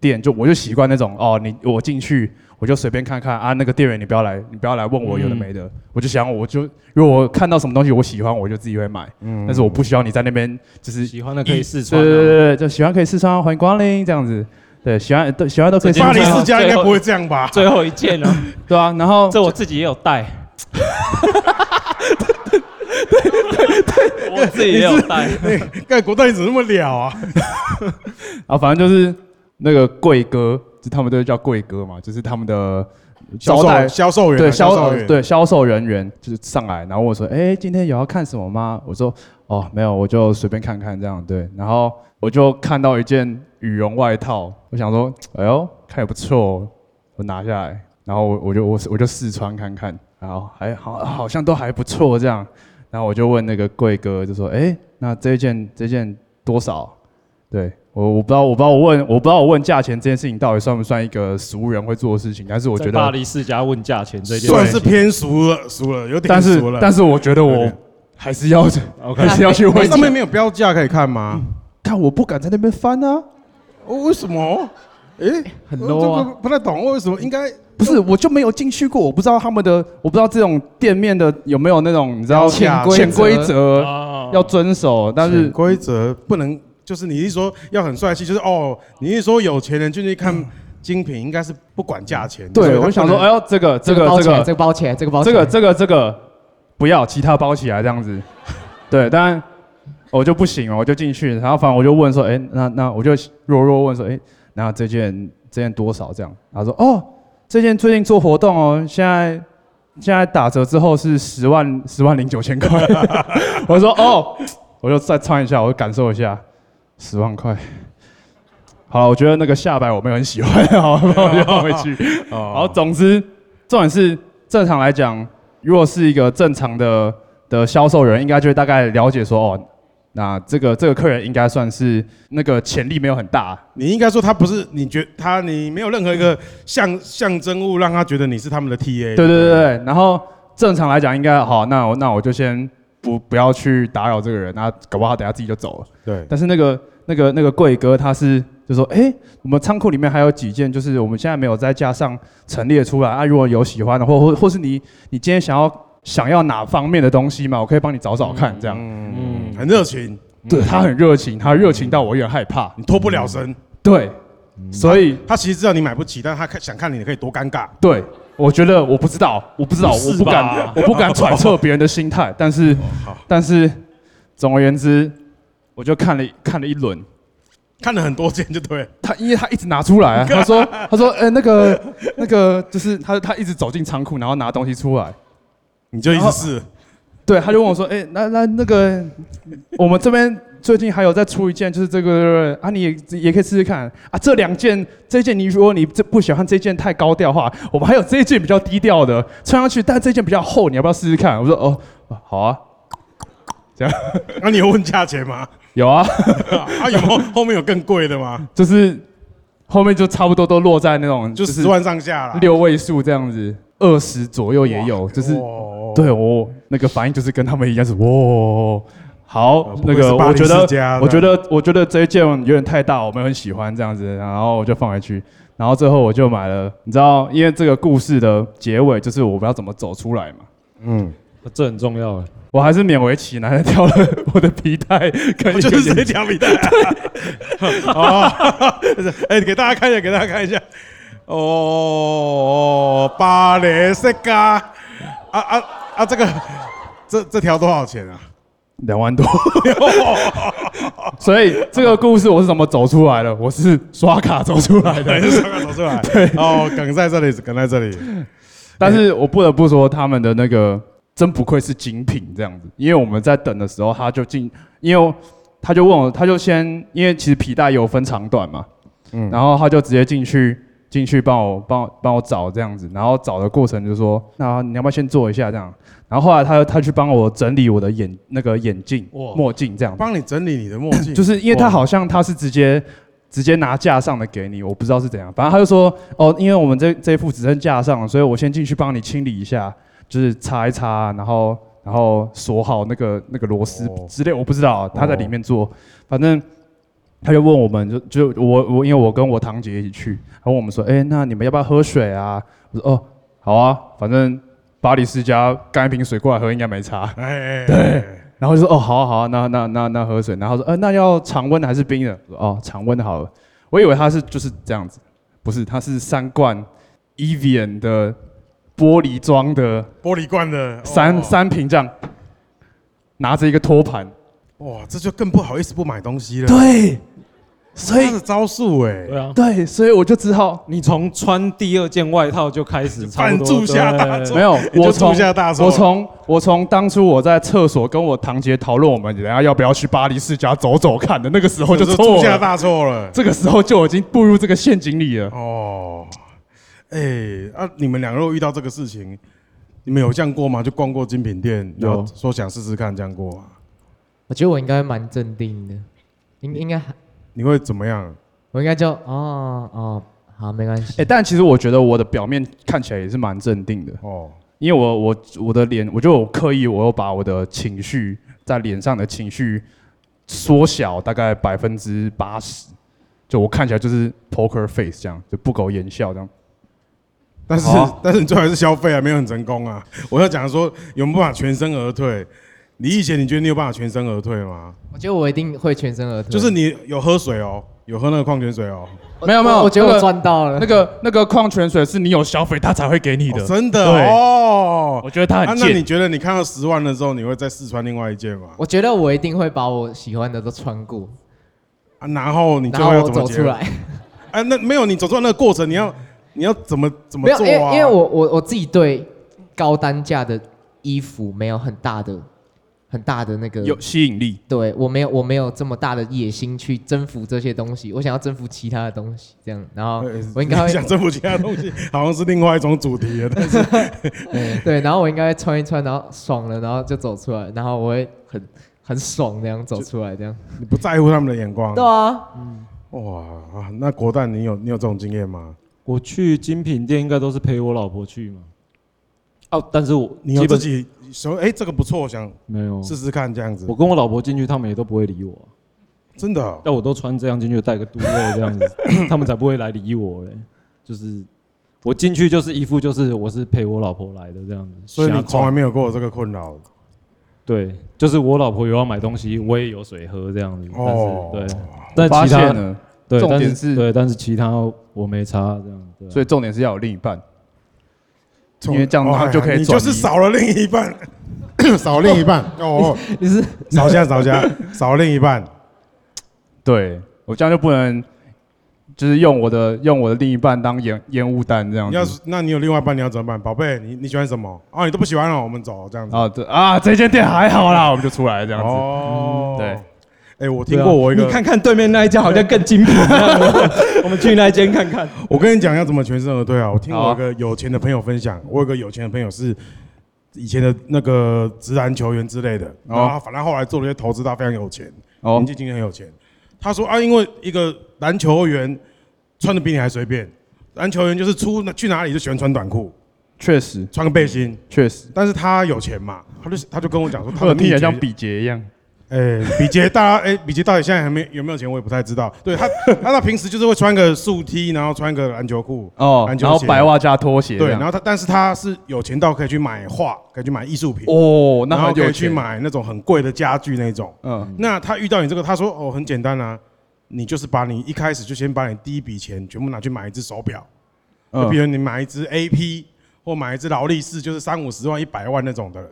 S4: 店，就我就习惯那种哦，你我进去我就随便看看啊，那个店员你不要来，你不要来问我有的没
S1: 嗯
S4: 的，我就想我就如果我看到什么东西我喜欢，我就自己会买，
S1: 嗯
S4: 但是我不需要你在那边就是
S2: 喜欢的可以试
S4: 对
S2: 穿啊。
S4: 对对对，就喜欢可以试穿，欢迎光临这样子。对，喜欢都喜欢都可以试
S1: 巴
S4: 穿
S1: 黎世家应该不会这样吧？
S2: 最后一件呢，
S4: 对啊，然后
S2: 这我自己也有带。我自己也有带，
S1: 盖国到底怎么那么了啊？
S4: 啊，反正就是那个贵哥，就他们都叫贵哥嘛，就是他们的
S1: 销
S4: 招
S1: 售
S4: 待
S1: 销售员啊，
S4: 对
S1: 销售
S4: 销
S1: 员，
S4: 对销售人员就是上来，然后问我说：“哎、今天有要看什么吗？”我说：“哦，没有，我就随便看看这样。”对，然后我就看到一件羽绒外套，我想说：“哎呦，看也不错、哦，我拿下来。”然后我我就我我就试穿看看，然后还好好像都还不错这样。然后我就问那个贵哥，就说：“哎、那这一件这件多少？”对我我不知道我不知道我问我不知道我问价钱这件事情到底算不算一个俗人会做的事情，但是我觉
S2: 在
S4: 得
S2: 巴黎世家问价钱这件事情，
S1: 算是偏熟了，熟了， 有点
S4: 但是
S1: 熟了。
S4: 但是我觉得
S1: 有
S4: 我
S1: 点
S4: 还是要 还是要去
S1: 哎
S4: 问
S1: 上面没有标价可以看吗？
S4: 但我不敢在那边翻啊，
S1: 哦，为什么？哎，
S3: 很
S1: 我
S3: low
S1: 这
S3: 啊
S1: 个不太懂，为什么应该
S4: 不是我就没有进去过，我不知道他们的，我不知道这种店面的有没有那种你知道
S1: 潜
S3: 规则
S4: 潜规
S1: 哦
S4: 则
S2: 啊
S4: 要遵守，但
S1: 潜
S4: 是
S1: 规则不能，就是你是说要很帅气，就是哦，你是说有钱人进去看精品，应该是不管价钱。
S4: 嗯对我想说，哎，呦这个这个
S3: 包
S4: 这
S3: 起来，
S4: 个
S3: 这个包起来，这个包起
S4: 这
S3: 来，
S4: 个这个这个不要，其他包起来这样子。 对，当然我就不行了，我就进去，然后反正我就问说，哎、那那我就弱弱问说，哎、那这件这件多少这样？他说，哦，这件最近做活动哦，现在。现在打折之后是十万十万零九千块， 我说哦，我就再穿一下，我感受一下，十万块。好了，我觉得那个下摆我没有很喜欢， 好，那我就放回去。 好，
S1: 哦，
S4: 总之，重点是正常来讲，如果是一个正常的的销售人，应该就会大概了解说，哦，那这个这个客人应该算是那个潜力没有很大，
S1: 你应该说他不是，你觉他你没有任何一个象象征物让他觉得你是他们的 TA。
S4: 对对对对。然后正常来讲，应该好，那我那我就先不不要去打扰这个人，那搞不好他等下自己就走了。
S1: 对，
S4: 但是那个那个那个贵哥他是就说，哎、我们仓库里面还有几件，就是我们现在没有在架上陈列出来啊，如果有喜欢的，或或或是你你今天想要想要哪方面的东西嘛，我可以帮你找找看，这样。
S1: 嗯，很热情，
S4: 对他很热情，他热情到我有点害怕。
S1: 你脱不了身。
S4: 对，所以
S1: 他其实知道你买不起，但是他看想看你，你可以多尴尬。
S4: 对。我觉得我不知道，我不知道，
S2: 不是
S4: 我不敢
S2: 吧，
S4: 我不敢揣测别人的心态，但是，但是总而言之，我就看了看了一轮，
S1: 看了很多间就对了，
S4: 他因为他一直拿出来啊，他说他说呃那个那个就是他他一直走进仓库，然后拿东西出来。
S1: 你就一直试，
S4: 对，他就问我说：“哎、那那那个，我们这边最近还有在出一件，就是这个啊，你也也可以试试看啊。这两件，这件你如果你这不喜欢这件太高调的话，我们还有这一件比较低调的，穿上去，但这件比较厚，你要不要试试看？”我说：“哦，啊好啊，
S1: 那、啊你有问价钱吗？
S4: 有啊，
S1: 啊，有没有后面有更贵的吗？
S4: 就是后面就差不多都落在那种
S1: 就
S4: 就是
S1: 十万上下啦。
S4: 六位数这样子，二十左右也有，就是
S1: 哦
S4: 对我那个反应就是跟他们一样是哇。好
S1: 哦，不
S4: 那
S1: 愧是
S4: 个
S1: 巴
S4: 我
S1: 黎
S4: 觉
S1: 世家
S4: 得，我
S1: 这
S4: 觉得，我觉得这一件有点太大，我们很喜欢这样子，然后我就放回去，然后最后我就买了。你知道，因为这个故事的结尾就是我们要怎么走出来嘛，
S1: 嗯，
S2: 这很重要啊。
S4: 我还是勉为其难的挑了我的皮带跟一
S1: 就
S4: 个
S1: 是直
S4: 眼
S1: 接
S4: 镜，
S1: 讲比赛、啊。哦， 哎、给大家看一下，给大家看一下。哦，巴黎世家，啊啊啊，这个这这条多少钱啊？
S4: 两万多。 所以这个故事我是怎么走出来的？我是刷卡走出来 的
S1: 等。一下，刚刚走出来。对，哦，梗在这里，梗在这里。
S4: 但是我不得不说，他们的那个真不愧是精品这样子，因为我们在等的时候，他就进，因为他就问我，他就先，因为其实皮带有分长短嘛，
S1: 嗯
S4: 嗯，然后他就直接进去进去帮我帮我帮我找这样子，然后找的过程就说，那你要不要先做一下这样，然后后来他他去帮我整理我的眼那个眼镜
S2: 哇
S4: 墨镜这样，
S1: 帮你整理你的墨镜，
S4: 就是因为他
S2: 哇
S4: 好像他是直接直接拿架上的给你，我不知道是怎样，反正他就说哦，因为我们这这一副只剩架上了，所以我先进去帮你清理一下，就是擦一擦，然后然后锁好那个那个螺丝
S1: 哦
S4: 之类，我不知道他在里面做，反正。他就问我们，就就我我因为我跟我堂姐一起去，然后我们说，哎、那你们要不要喝水啊？我说，哦，好啊，反正巴黎世家干一瓶水过来喝应该没差。
S1: 哎，对，
S4: 然后就说哦，好啊好啊，那那那那喝水。然后说呃，那要常温的还是冰的？我说哦，常温的好了。我以为它是就是这样子，不是，它是三罐 Evian 的玻璃装的
S1: 玻璃罐的
S4: 三、
S1: 哦
S4: 三瓶这样，拿着一个托盘。
S1: 哇，这就更不好意思不买东西了。
S4: 对，所以
S1: 他的招数哎，
S2: 对啊，
S4: 对，所以我就只好
S2: 你从穿第二件外套就开始，差不
S1: 犯
S2: 多
S1: 住下大
S2: 对
S1: 错
S4: 没有，
S1: 你就
S4: 我
S1: 住
S4: 从
S1: 下大错。
S4: 我从我从当初我在厕所跟我堂姐讨论我们等一下要不要去巴黎世家走走看的那个时候
S1: 我
S4: 就
S1: 就
S4: 错
S1: 出下
S4: 了，
S1: 大错了。
S4: 这个时候就已经步入这个陷阱里了。
S1: 哦，哎、啊，你们两个如果遇到这个事情，你们有这样过吗？就逛过精品店，
S2: 有
S1: 然后说想试试看这样过啊吗？
S3: 我觉得我应该蛮镇定的，应应该还
S1: 你会怎么样？
S3: 我应该就哦哦好没关
S4: 哎、
S3: 系，
S4: 但其实我觉得我的表面看起来也是蛮镇定的，
S1: 哦，
S4: 因为我我我的脸，我就有刻意，我有把我的情绪在脸上的情绪缩小大概百分之八十，就我看起来就是 poker face 这样，就不苟言笑这样。
S1: 但是、
S4: 好啊
S1: 但是你最后还是消费啊，没有很成功啊。 我要讲说，有没有办法全身而退？你以前你觉得你有办法全身而退吗？
S3: 我觉得我一定会全身而退。
S1: 就是你有喝水哦，有喝那个矿泉水哦，
S3: 我
S4: 没有没有
S3: 我我觉得
S4: 那
S3: 我
S4: 个
S3: 赚到了
S4: 那。个那个矿泉水是你有消费，他才会给你的。
S1: 哦真的
S4: 对
S1: 哦。
S4: 我觉得他
S1: 啊
S4: 很
S1: 那
S4: 贱。
S1: 你觉得你看到十万的时候，你会再试穿另外一件吗？
S3: 我觉得我一定会把我喜欢的都穿过，
S1: 啊，然后你最
S3: 然
S1: 后
S3: 后
S1: 要
S3: 我
S1: 怎么
S3: 走
S1: 结
S3: 出
S1: 尾？
S3: 来。
S1: 哎，那没有，你走出来那个过程，你要你要怎么怎么
S3: 没有，
S1: 做
S3: 因为
S1: 啊？
S3: 因为 我我我自己对高单价的衣服没有很大的很大的那个，
S4: 有吸引力，
S3: 对我没有我没有这么大的野心去征服这些东西，我想要征服其他的东西，这样，然后
S1: 呃
S3: 我应该会
S1: 想征服其他东西，好像是另外一种主题了。但是
S3: 对，然后我应该会穿一穿，然后爽了，然后就走出来，然后我会很很爽那样走出来，这样，
S1: 你不在乎他们的眼光
S3: 对，啊，
S1: 哇！啊那国蛋，你有你有这种经验吗？
S2: 我去精品店应该都是陪我老婆去嘛。哦，但是我
S1: 你有
S2: 基
S1: 自
S2: 本
S1: 己说，哎，这个不错，想
S2: 没有，
S1: 试试看这样子
S2: 我，跟我老婆进去，他们也都不会理我啊、
S1: 真的哦。
S2: 但我都穿这样进去，带个肚兜这样 子，他们才不会来理我嘞。就是我进去就是一副就是我是陪我老婆来的这样子，
S1: 所以
S2: 瞎
S1: 你
S2: 逛
S1: 从来没有过这个困扰
S2: 对，就是我老婆有要买东西，我也有水喝这样子。
S1: 哦。
S2: 但是对，但
S4: 发
S2: 其
S4: 现
S2: 他
S4: 了，
S2: 对，
S4: 重
S2: 但
S4: 点是
S2: 对，但是其他我没差这样。对啊
S4: 所以重点是要有另一半。
S1: 从
S4: 因为这样
S1: 哦
S4: 他就可以
S1: 你
S4: 转
S1: 就是
S4: 移
S1: 少了另一半。少练一半 哦，
S3: 你是
S1: 少加少 加，少练一半。
S4: 对我这样就不能，就是用我的用我的另一半当烟烟雾弹这样
S1: 你要
S4: 子。
S1: 是那你有另外一半，你要怎么办？宝贝，你你喜欢什么？啊，你都不喜欢了，我们走这样子。
S4: 啊，对啊，这间店还好啦，我们就出来这样子。
S1: 哦
S4: 嗯对。啊
S1: 哎，我听过我一
S5: 你
S1: 个，
S5: 看看对面那一家好像更 精品，我我们去那一间看看。
S1: 我跟你讲要怎么全身而退啊！我听
S4: 好
S1: 我
S4: 啊
S1: 一个有钱的朋友分享，我有个有钱的朋友是以前的那个职篮球员之类的，然后他反正后来做了一些投资，他非常有钱，
S4: 哦
S1: 年纪轻轻很有钱。他说啊，因为一个篮球员穿的比你还随便，篮球员就是出去哪里就喜欢穿短裤，
S4: 确实
S1: 穿个背心，
S4: 确实，
S1: 但是他有钱嘛，他就他就跟我讲说他
S4: 我
S1: 的
S4: 有听
S1: 秘
S4: 起来
S1: 诀
S4: 像比劫一样。
S1: 哎，比杰大家哎，比杰到底现在还没有没有钱，我也不太知道。对他， 他他平时就是会穿个束 T，然后穿个篮球裤，
S4: 哦
S1: 篮，球
S4: 然后
S1: 鞋啊
S4: 白袜加拖鞋这
S1: 对，
S4: 样。
S1: 然后他但是他是有钱到可以去买画，可以去买艺术品，
S4: 哦，那
S1: 然后
S4: 很
S1: 可
S4: 有
S1: 以去
S4: 钱。
S1: 买那种很贵的家具那种。
S4: 嗯，
S1: 那他遇到你这个，他说哦，很简单啊，你就是把你一开始就先把你第一笔钱全部拿去买一只手表，就
S4: 嗯
S1: 比如你买一只 AP 或买一只劳力士，就是三五十万、一百万那种的，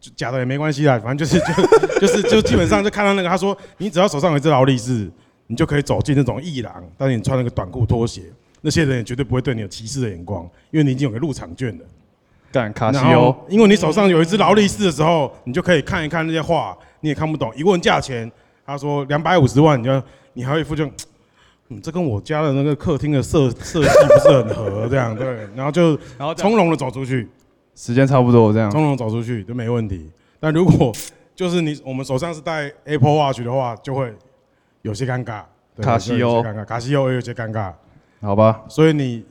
S1: 就假的也没关系啦，反正就是就 就是就基本上就看到那个，他说你只要手上有一只劳力士，你就可以走进那种艺廊，但是你穿那个短裤拖鞋，那些人也绝对不会对你有歧视的眼光，因为你已经有个入场券了。
S4: 干卡西
S1: 然
S4: 欧
S1: 后，因为你手上有一只劳力士的时候，你就可以看一看那些画，你也看不懂。一问价钱，他说两百五十万，你就你还会一副就，嗯，这跟我家的那个客厅的色色系不是很合，这样对。然后就
S4: 然后嗯
S1: 从容的走出去，
S4: 时间差不多这样。
S1: 从容地走出去就没问题。但如果就是你我们手上是戴 Apple Watch 的话，就会有些尴尬。对
S4: 卡西欧
S1: 有些尴尬，卡西欧也有些尴尬。
S4: 好吧，
S1: 所以你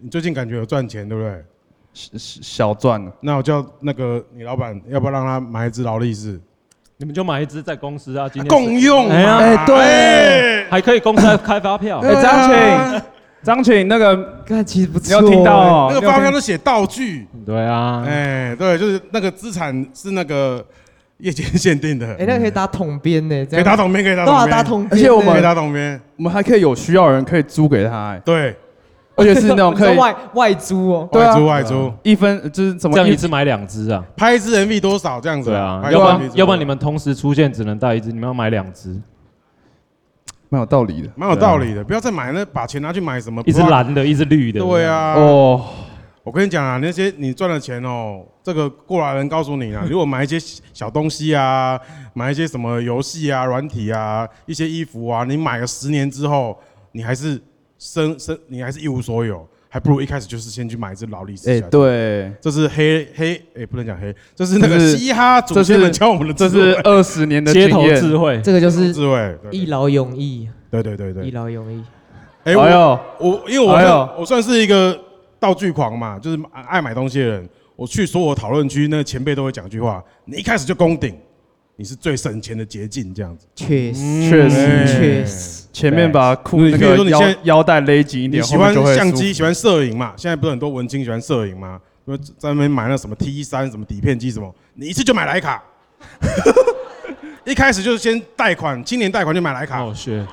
S1: 你最近感觉有赚钱，对不对？
S4: 小小赚了。
S1: 那我叫那个你老板，要不要让他买一只劳力士
S2: 你们就买一支在公司啊，今天
S1: 共用嘛？
S2: 哎呀
S5: 哎对
S1: 哎
S2: 还可以公司来开发票。
S5: 哎张
S1: 啊
S4: 晴，张晴，那个
S3: 看其实不错，
S4: 你有听到
S3: 欸
S4: 哦？
S1: 哎那个发票都写道具，
S2: 对啊，
S4: 嗯
S1: 哎，对，就是那个资产是那个夜间限定的，
S3: 哎、那可以打统编呢，这
S1: 可以
S3: 样
S1: 打桶边，可以打
S3: 对啊
S1: 桶
S3: 打
S1: 边，
S3: 统编呢，
S4: 而且我
S1: 可以
S4: 们
S1: 打桶边，
S4: 我们还可以有需要的人可以租给他，哎
S1: 对，
S4: 而且是那种可
S3: 你
S4: 以
S3: 说外外租哦，
S4: 对
S1: 外
S4: 啊
S1: 租外租，
S4: 一分，就是怎么
S2: 这样
S4: 一
S2: 一次买两支啊。
S1: 拍一支 MV 多少这样子？
S2: 对啊，
S1: 哎拍一
S2: 要
S1: 支 MV
S2: 不然
S1: 多
S2: 要不然你们同时出现只能带一支，你们要买两支，
S4: 蛮有道理的，
S1: 蛮有道理的，不要再买那把钱拿去买什么，
S2: 一支蓝的，一支绿的。
S1: 啊对，啊，
S4: 哦。
S1: 我跟你讲啊，那些你赚的钱哦，这个过来人告诉你啦，啊如果买一些小东西啊，买一些什么游戏啊、软体啊、一些衣服啊，你买个十年之后，你还是生生，你还是一无所有，还不如一开始就是先去买一只劳力士。
S4: 哎，，对，
S1: 这是黑黑，哎、不能讲黑，这是那个
S4: 这是
S1: 嘻哈祖先们教我们的
S4: 这
S1: 智慧
S4: 是二十年的
S2: 街
S4: 经
S2: 头
S4: 验。
S2: 智慧。
S3: 嗯这个就是
S1: 智慧，
S3: 一劳永逸，
S1: 对对对对
S3: 一
S1: 对。
S3: 劳永逸。
S1: 哎、
S4: 哎
S1: 我
S4: 呦，
S1: 我因为我
S4: 哎呦
S1: 算我算是一个道具狂嘛，就是爱买东西的人。我去所有讨论区，那个前辈都会讲一句话：你一开始就攻顶，你是最省钱的捷径。这样子，
S3: 确实，
S4: 确
S1: 哎
S4: 实
S3: 确实，
S4: 前面把裤
S1: 对
S4: 那
S1: 比如
S4: 个
S1: 说你
S4: 腰
S1: 现在
S4: 腰带勒紧一
S1: 你
S4: 点，
S1: 喜
S4: 后面
S1: 欢
S4: 就会
S1: 相
S4: 舒
S1: 机，
S4: 服
S1: 喜欢摄影嘛？现在不是很多文青喜欢摄影吗？因为在那边买那什么 T 三、什么底片机什么，你一次就买徕卡， 一开始就是先贷款，青年贷款就买徕卡，
S2: 哦，是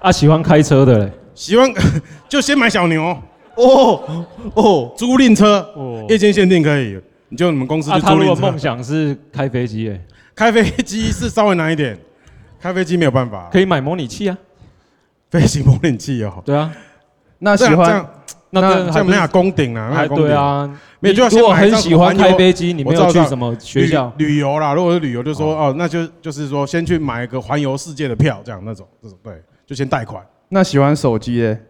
S2: 啊，喜欢开车的嘞。
S1: 喜欢就先买小牛，
S5: 哦哦，
S1: 租赁车，
S2: 哦，
S1: 夜间限定可以，你就你们公司
S2: 啊，
S1: 去租
S2: 他如
S1: 赁
S2: 果
S1: 车
S2: 梦。想是开飞机，哎，
S1: 开飞机是稍微难一点，开飞机没有办法，
S2: 可以买模拟器啊。
S1: 飞行模拟器哦。
S2: 对啊，
S4: 那
S1: 这
S4: 喜
S1: 样这
S4: 欢
S1: 样
S2: 那
S4: 那
S2: 这
S1: 这
S2: 还
S1: 样
S2: 不
S1: 没
S2: 是
S1: 法攻顶啊，没
S2: 还
S1: 法攻顶。
S2: 对，啊，
S1: 没有就要
S2: 你
S1: 先
S2: 如果
S1: 买一
S2: 很
S1: 张
S2: 喜欢
S1: 环游
S2: 开飞机，你没
S1: 我
S2: 有
S1: 知道
S2: 去什么学校？
S1: 旅旅游啦，如果是旅游，就说哦，那就就是说先去买一个环游世界的票，这样那种这种对，就先贷款。
S4: 那喜欢手机耶，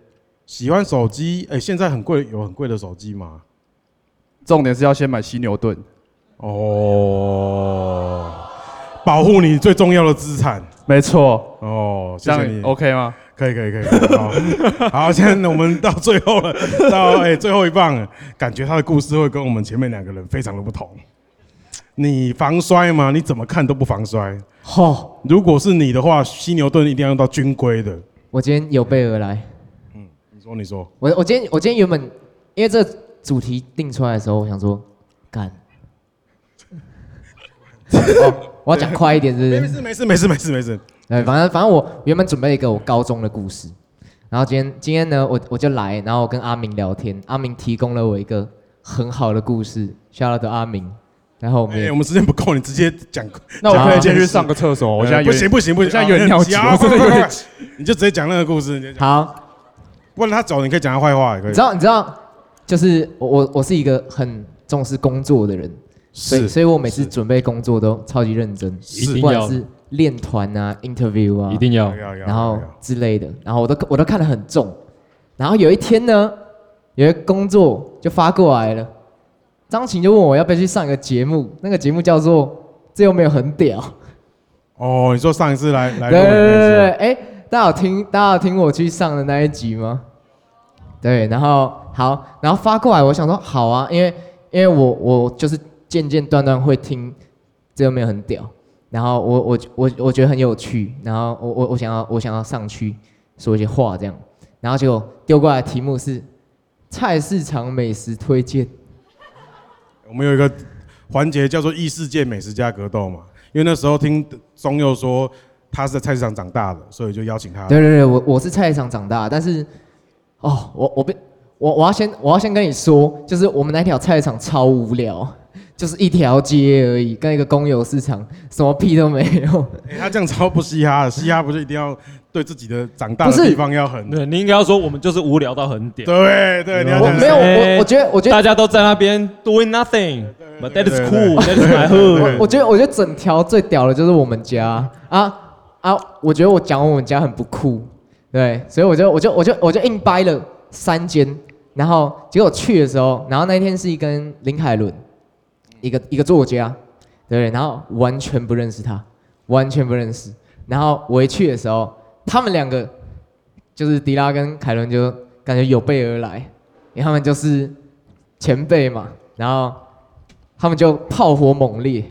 S1: 喜欢手机，哎，现在很贵，有很贵的手机吗？
S4: 重点是要先买犀牛盾。
S1: 哦，保护你最重要的资产
S4: 没错，
S1: 哦，谢
S4: 这
S1: 谢
S4: 样
S1: 你。
S4: OK 吗？
S1: 可以可以可以，好，好，现在我们到最后了，到哎、最后一棒了，感觉他的故事会跟我们前面两个人非常的不同。你防摔吗？你怎么看都不防摔。
S3: 吼、
S1: 如果是你的话，犀牛盾一定要用到军规的。
S3: 我今天有备而来。
S1: 你说，你说，
S3: 我我今天我今天原本因为这个主题定出来的时候，我想说干，哦，我要讲快一点，是不
S1: 没
S3: 是？
S1: 事没事没事没事没事，
S3: 对，哎反正反正我原本准备一个我高中的故事，然后今天今天呢，我我就来，然后我跟阿明聊天，阿明提供了我一个很好的故事，shout out to 阿明，然后我们
S1: 哎、
S3: 也
S1: 我们时间不够，你直接讲。
S4: 那我可以先
S1: 讲
S4: 去上个厕所，我现在
S1: 呃
S4: 有
S1: 不行不行不行，
S4: 我现在有点
S1: 哦
S4: 尿急
S1: 很
S4: 我真的有
S1: 快
S4: 点
S1: 快快你就直接讲那个故事，你就讲
S3: 好，
S1: 不然他走，你可以讲他坏话也可
S3: 你
S1: 以
S3: 知。道你知道，就是我我我是一个很重视工作的人，所以
S1: 是
S3: 所以我每次
S1: 是
S3: 准备工作都超级认真，
S2: 一定
S3: 不管
S2: 要，
S3: 是练团啊、interview 啊，
S2: 一定要
S1: 要，要要
S3: 然后
S1: 要
S3: 之类的，然后我都我都看得很重。然后有一天呢，有一个工作就发过来了，张琴就问我要不要去上一个节目，那个节目叫做《这又没有很屌》。
S1: 哦，你说上一次来来
S3: 对
S1: 录
S3: 对
S1: 影
S3: 对
S1: 那
S3: 对对，
S1: 次啊，
S3: 哎，大家有听大家有听我去上的那一集吗？对，然后好，然后发过来，我想说好啊，因为因为我我就是间间断断会听，这又没有很屌，然后我我我我觉得很有趣，然后我我我想要我想要上去说一些话这样，然后结果丢过来的题目是菜市场美食推荐，
S1: 我们有一个环节叫做异世界美食家格斗嘛，因为那时候听中佑说他是在菜市场长大的，所以就邀请他。
S3: 对对对，我我是菜市场长大的，但是哦，我我被我我要先我要先跟你说，就是我们那条菜市场超无聊，就是一条街而已，跟一个公有市场什么屁都没有。
S1: 哎他这样超不嘻哈的，嘻哈不是一定要对自己的长大的
S3: 不是
S1: 地方要很
S2: 对，你应该要说我们就是无聊到很屌，
S1: 对 对，你要
S3: 我
S1: 这样
S3: 没有，
S2: 哎
S3: 我我觉得我觉得
S2: 大家都在那边 doing nothing，but that is
S1: 对对
S2: cool, that is my hood。
S1: 对
S3: 我觉得我觉得整条最屌的就是我们家啊啊！我觉得我讲我们家很不酷，对，所以我就我就我就我就硬掰了三间，然后结果去的时候，然后那一天是跟林海伦，一个一个作家，对，然后完全不认识他，完全不认识。然后我一去的时候，他们两个就是迪拉跟凯伦就感觉有备而来，因为他们就是前辈嘛，然后他们就炮火猛烈。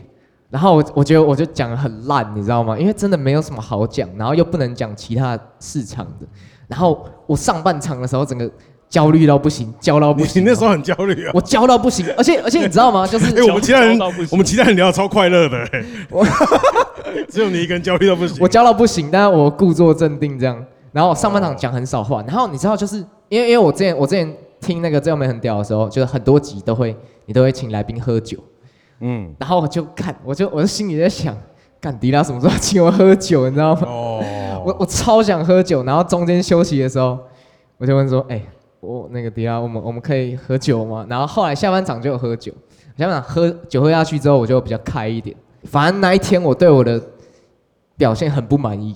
S3: 然后我我觉得我就讲的很烂，你知道吗？因为真的没有什么好讲，然后又不能讲其他市场的。然后我上半场的时候，整个焦虑到不行，焦到不
S1: 你
S3: 行。
S1: 你那时候很焦虑啊。
S3: 我焦到不行，而且而且你知道吗？就 是
S1: 哎，我们其他人
S2: 焦到不行
S1: 我们其他人聊得超快乐的，哎
S3: 我
S1: 只有你一个人焦虑到不行。
S3: 我焦到不行，但是我故作镇定这样。然后我上半场讲很少话，然后你知道，就是因为因为我之前我之前听那个这样没很屌的时候，就是很多集都会你都会请来宾喝酒，
S1: 嗯
S3: 然后我就看我就我就心里在想，干迪拉什么时候请我喝酒， 你知道吗？
S1: 哦，
S3: 我我超想喝酒，然后中间休息的时候，我就问说，哎、我那个迪拉，我们我们可以喝酒吗？然后后来下半场就有喝酒，下半场喝酒喝下去之后，我就比较开一点。反正那一天我对我的表现很不满意，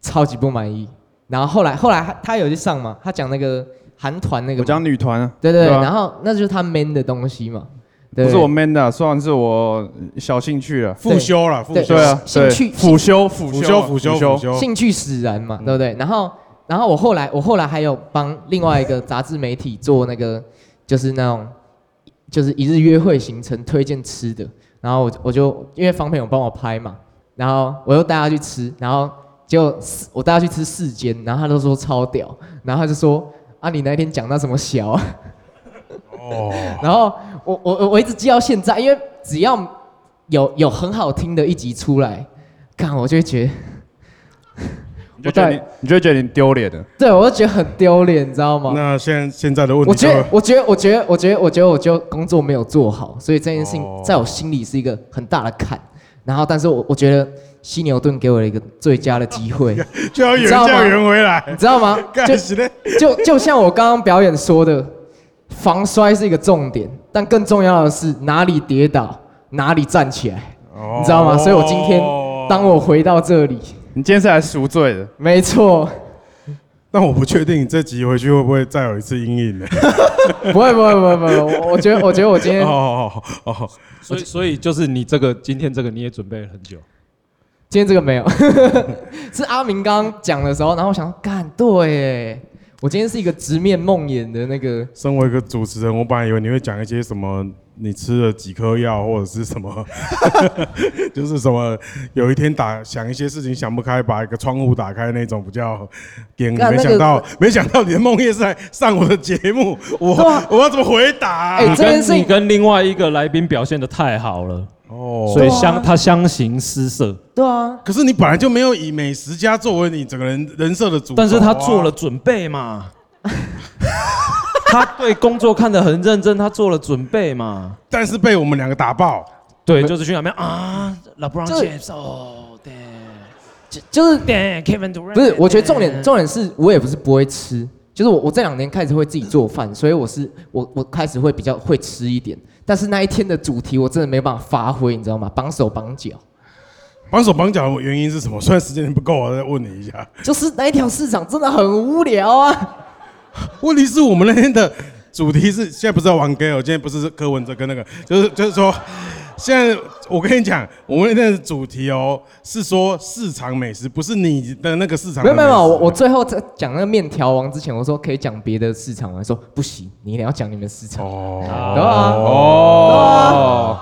S3: 超级不满意。然后后来后来他他有去上嘛，他讲那个韩团那个
S4: 我
S3: 嘛，
S4: 讲女团啊，
S3: 对对对，
S4: 啊
S3: 然后那就是他 man 的东西嘛，对
S4: 不是我 man 的，算是我小兴趣了。
S1: 复修了，复
S3: 对
S1: 修
S4: 对啊，
S3: 兴
S4: 对
S3: 趣
S4: 辅修辅
S1: 辅修辅
S4: 辅
S1: 修辅修，
S3: 兴趣使然嘛，对不对？然后，然后我后来，我后来还有帮另外一个杂志媒体做那个，就是那种，就是一日约会行程推荐吃的。然后我我就因为方朋友帮我拍嘛，然后我又带他去吃，然后结果四我带他去吃四间，然后他都说超屌，然后他就说啊，你那天讲那什么小、啊，
S1: 哦，
S3: 然后我我我我一直记到现在，因为只要有有很好听的一集出来，看我就会觉得。
S4: 你就觉得
S3: 我
S4: 你你就会觉得你丢脸的。
S3: 对，我就觉得很丢脸，你知道吗？
S1: 那现现在的问
S3: 我
S1: 题
S3: 觉
S1: 就
S3: 得，我觉得，我觉得，我觉得，我觉得，我就工作没有做好，所以这件事情
S1: 哦
S3: 在我心里是一个很大的坎。然后，但是我我觉得犀牛顿给我了一个最佳的 机会，你
S1: 就要
S3: 你
S1: 圆
S3: 知道
S1: 就
S3: 吗
S1: 要圆回来，
S3: 知道吗？
S1: 干
S3: 就
S1: 死嘞！
S3: 就就像我刚刚表演说的，防摔是一个重点，但更重要的是哪里跌倒哪里站起来，
S1: 你
S3: 你知道
S1: 哦
S3: 吗？所以我今天当我回到这里，
S4: 你今天是来赎罪的，
S3: 没错，
S1: 但我不确定你这集回去会不会再有一次阴影呢？
S3: 不会不会不会不会，我我觉得我觉得我今天
S1: 哦哦哦，
S2: 所以所以就是你这个今天这个你也准备了很久，
S3: 今天这个没有， 是阿明刚刚讲的时候，然后我想说，干对耶，我今天是一个直面梦魇的那个，
S1: 身为一个主持人，我本来以为你会讲一些什么，你吃了几颗药或者是什么，就是什么有一天打想一些事情想不开，把一个窗户打开那种比较点。
S3: 干
S1: 没
S3: 那个
S1: 想到，没想到你的梦夜是来上我的节目，我
S3: 对啊
S1: 我要怎么回答啊、
S3: 哎
S2: 你
S3: 这件
S2: 跟
S3: 事情
S2: 你跟另外一个来宾表现的太好了，
S1: 哦，
S2: 所以
S3: 对啊
S2: 相他相形失色，
S3: 对啊，
S1: 可是你本来就没有以美食家作为你整个人人设的主、
S2: 但是他做了，准 备嘛，他对工作看得很认真，他做了准备嘛，
S1: 但是被我们两个打爆。
S2: 对，就是去那边啊，LeBron
S3: 这
S2: James 哦，对，
S3: 就是
S2: 对，Kevin Durant
S3: 不是，我觉得重点
S2: 对
S3: 重点是我也不是不会吃，就是我我这两年开始会自己做饭，所以我是我我开始会比较会吃一点，但是那一天的主题我真的没办法发挥，你知道吗？绑手绑脚，
S1: 绑手绑脚的原因是什么？虽然时间不够，我再问你一下。
S3: 就是那一条市场真的很无聊啊。
S1: 问题是我们那天的主题是现在不是要玩 gay 哦，今天不是柯文哲跟那个，就是就是说，现在我跟你讲，我们那天的主题哦是说市场美食，不是你的那个市场
S3: 没
S1: 的
S3: 有
S1: 美食。
S3: 没有，没有我我最后在讲那个面条王之前，我说可以讲别的市场吗？他说不行，你一定要讲你们市场。
S1: 哦，
S3: 对啊，
S4: 哦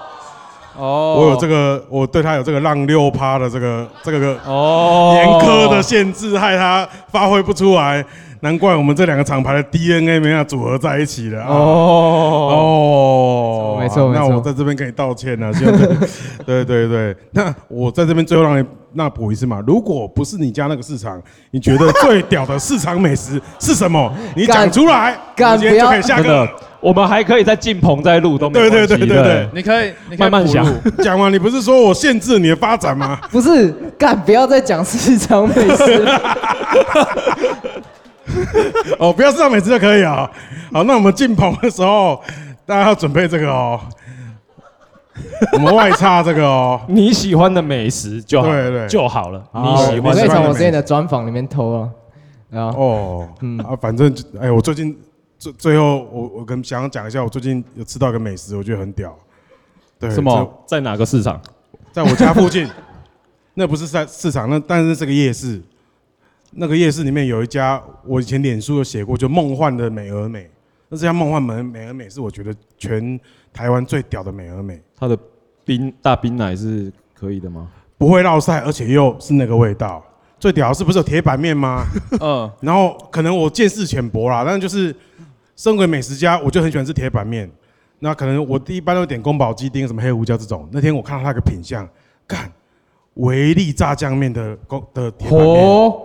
S4: 哦
S1: 我有这个，我对他有这个让六趴的这个这个
S4: 哦
S1: 严苛的限制，害他发挥不出来。难怪我们这两个厂牌的 DNA 没办法组合在一起了啊！
S4: 哦
S1: 哦，
S3: 没错没错
S1: 那我在这边跟你道歉了、希望这 对对对，那我在这边最后让你那补一次嘛。如果不是你家那个市场，你觉得最屌的市场美食是什 么？你
S3: 干
S1: 讲出来，
S3: 干
S1: 我们今天就 可以下
S2: 真
S1: 课
S2: 的。，我们还可以在进棚再录都没
S1: 对对
S2: 关系
S1: 对对对
S4: 你可以你可以
S2: 慢慢
S4: 补
S2: 想
S4: 录
S1: 讲完，你不是说我限制你的发展吗？
S3: 不是，干不要再讲市场美食了。
S1: 哦，不要市场美食就可以啊、好，那我们进棚的时候，大家要准备这个哦，我们外插这个哦。
S2: 你喜欢的美食就好，
S1: 对啊对
S2: 就好了。
S1: 好
S2: 你喜
S3: 我
S2: 欢
S1: 你喜
S3: 可
S1: 欢
S2: 的，
S3: 以从我之前的专访里面偷啊了。然后
S1: 哦，嗯啊，反正就哎，我最近最最后我我跟想讲一下，我最近有吃到一个美食，我觉得很屌。对，
S4: 什么
S2: 在哪个市场？
S1: 在？在我家附近， 那不是在市场，那但是这个夜市，那个夜市里面有一家，我以前脸书有写过，就梦幻的美而美。那这家梦幻美美而美是我觉得全台湾最屌的美而美，
S2: 它的冰大冰奶是可以的吗？
S1: 不会落晒，而且又是那个味道。最屌的是不是有铁板面吗？
S4: 嗯
S1: 然后可能我见识浅薄啦，但就是身为美食家，我就很喜欢吃铁板面。那可能我一般都点宫保鸡丁、什么黑胡椒这种。那天我看到它有个品相，干维力炸酱面的宫的铁板面，
S4: 哦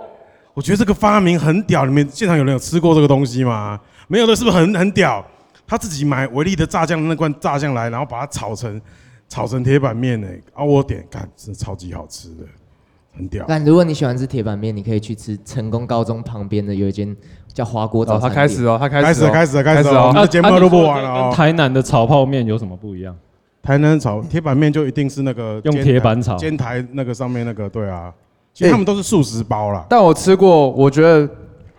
S1: 我觉得这个发明很屌。你们现场有人有吃过这个东西吗？没有的，是不是很很屌？他自己买维力的炸酱那罐炸酱来，然后把它炒成炒成铁板面呢、啊，我点干真的超级好吃的，很屌。
S3: 但如果你喜欢吃铁板面，你可以去吃成功高中旁边的有一间叫华锅早
S4: 哦
S3: 餐
S4: 他
S3: 店。
S4: 开始哦他
S1: 开
S4: 开
S1: 始
S4: 始
S1: 了，
S4: 哦
S1: 开始了，开始了！
S2: 啊
S1: 我
S4: 哦
S1: 们的节目都不完了
S2: 跟
S1: 哦。
S2: 台南的炒泡面有什么不一样？
S1: 台南炒铁板面就一定是那个
S2: 用
S1: 煎
S2: 铁
S1: 台
S2: 板炒
S1: 煎台那个上面那个，对啊，其实他们都是素食包啦。
S4: 但我吃过，我觉得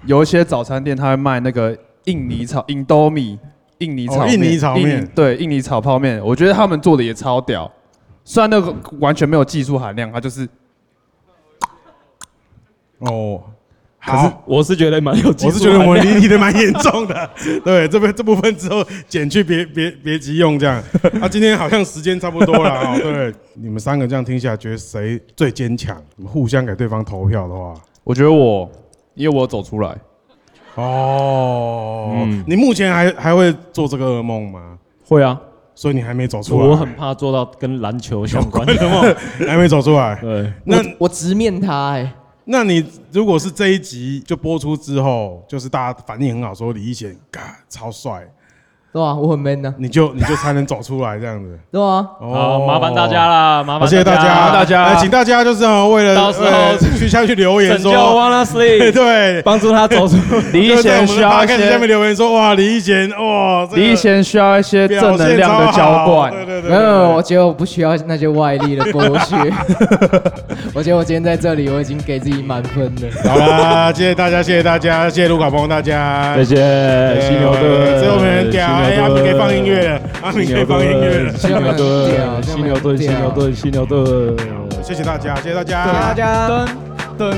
S4: 有一些早餐店他会卖那个印尼炒印度米、印尼炒
S1: 哦
S4: 面、
S1: 印尼炒面
S4: 印尼对，印尼炒泡面，我觉得他们做的也超屌。虽然那个完全没有技术含量，它就是，
S1: 哦，
S4: 可是
S1: 好，
S2: 我是觉得蛮有技
S1: 我是
S2: 术
S1: 觉
S2: 含
S1: 得
S2: 量，
S1: 我 们啊离题的蛮严重的，对，这边这部分之后减去别别别急用这样。啊，今天好像时间差不多了啊，对，你们三个这样听下来，觉得谁最坚强？你们互相给对方投票的话，
S4: 我觉得我，因为我有走 出来，
S1: 哦
S2: 嗯，
S1: 你目前还还会做这个噩梦吗？
S2: 会啊，
S1: 所以你还没走出来，
S2: 我很怕做到跟篮球相关的。
S1: 还没走出来。
S2: 对，
S1: 那
S3: 我我直面他哎、
S1: 那你如果是这一集就播出之后，就是大家反应很好，说李易贤嘎超帅，
S3: 对吧、我很 man 呢、
S1: 你就你就才能走出来这样子。哦
S3: 对吧、
S2: 好，麻烦大家啦，麻
S1: 好，
S2: 烦
S1: 谢谢大家，
S4: 大家
S1: 来请大家就是哦为了
S2: 到时候
S1: 呃去下去留言
S2: 拯救
S1: 说，
S2: Wanna
S1: 对
S2: Sleep，
S1: 对，
S2: 帮助他走出。
S4: 李
S1: 就在我
S4: 一贤
S1: 们
S4: 需
S1: 的
S4: 要
S1: p
S4: 一
S1: o 下面
S4: 些，
S1: 留言说哇，李易贤哇，这个
S4: 李一贤需要一些
S1: 表
S4: 正能
S1: 现
S4: 量的
S1: 超
S4: 浇
S1: 好
S4: 灌。
S1: 对对对
S3: 没有没有，我觉得我不需要那些外力的剥削。 我觉得我今天在这里，我已经给自己满分了。
S1: 好啦，谢谢大家，谢谢大家，谢谢卢卡鹏大家
S2: 再。见，犀牛
S1: 对
S2: 队，
S1: 哎最后没人屌，哎，阿明可以放音乐了，阿明可以放音乐了，
S2: 犀牛队，犀牛队，犀牛队，犀牛队。
S1: 谢谢大家，谢谢大
S3: 谢谢
S1: 家
S3: 大。家。
S4: 噔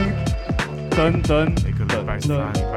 S4: 噔噔噔
S1: 每个礼拜
S4: 噔。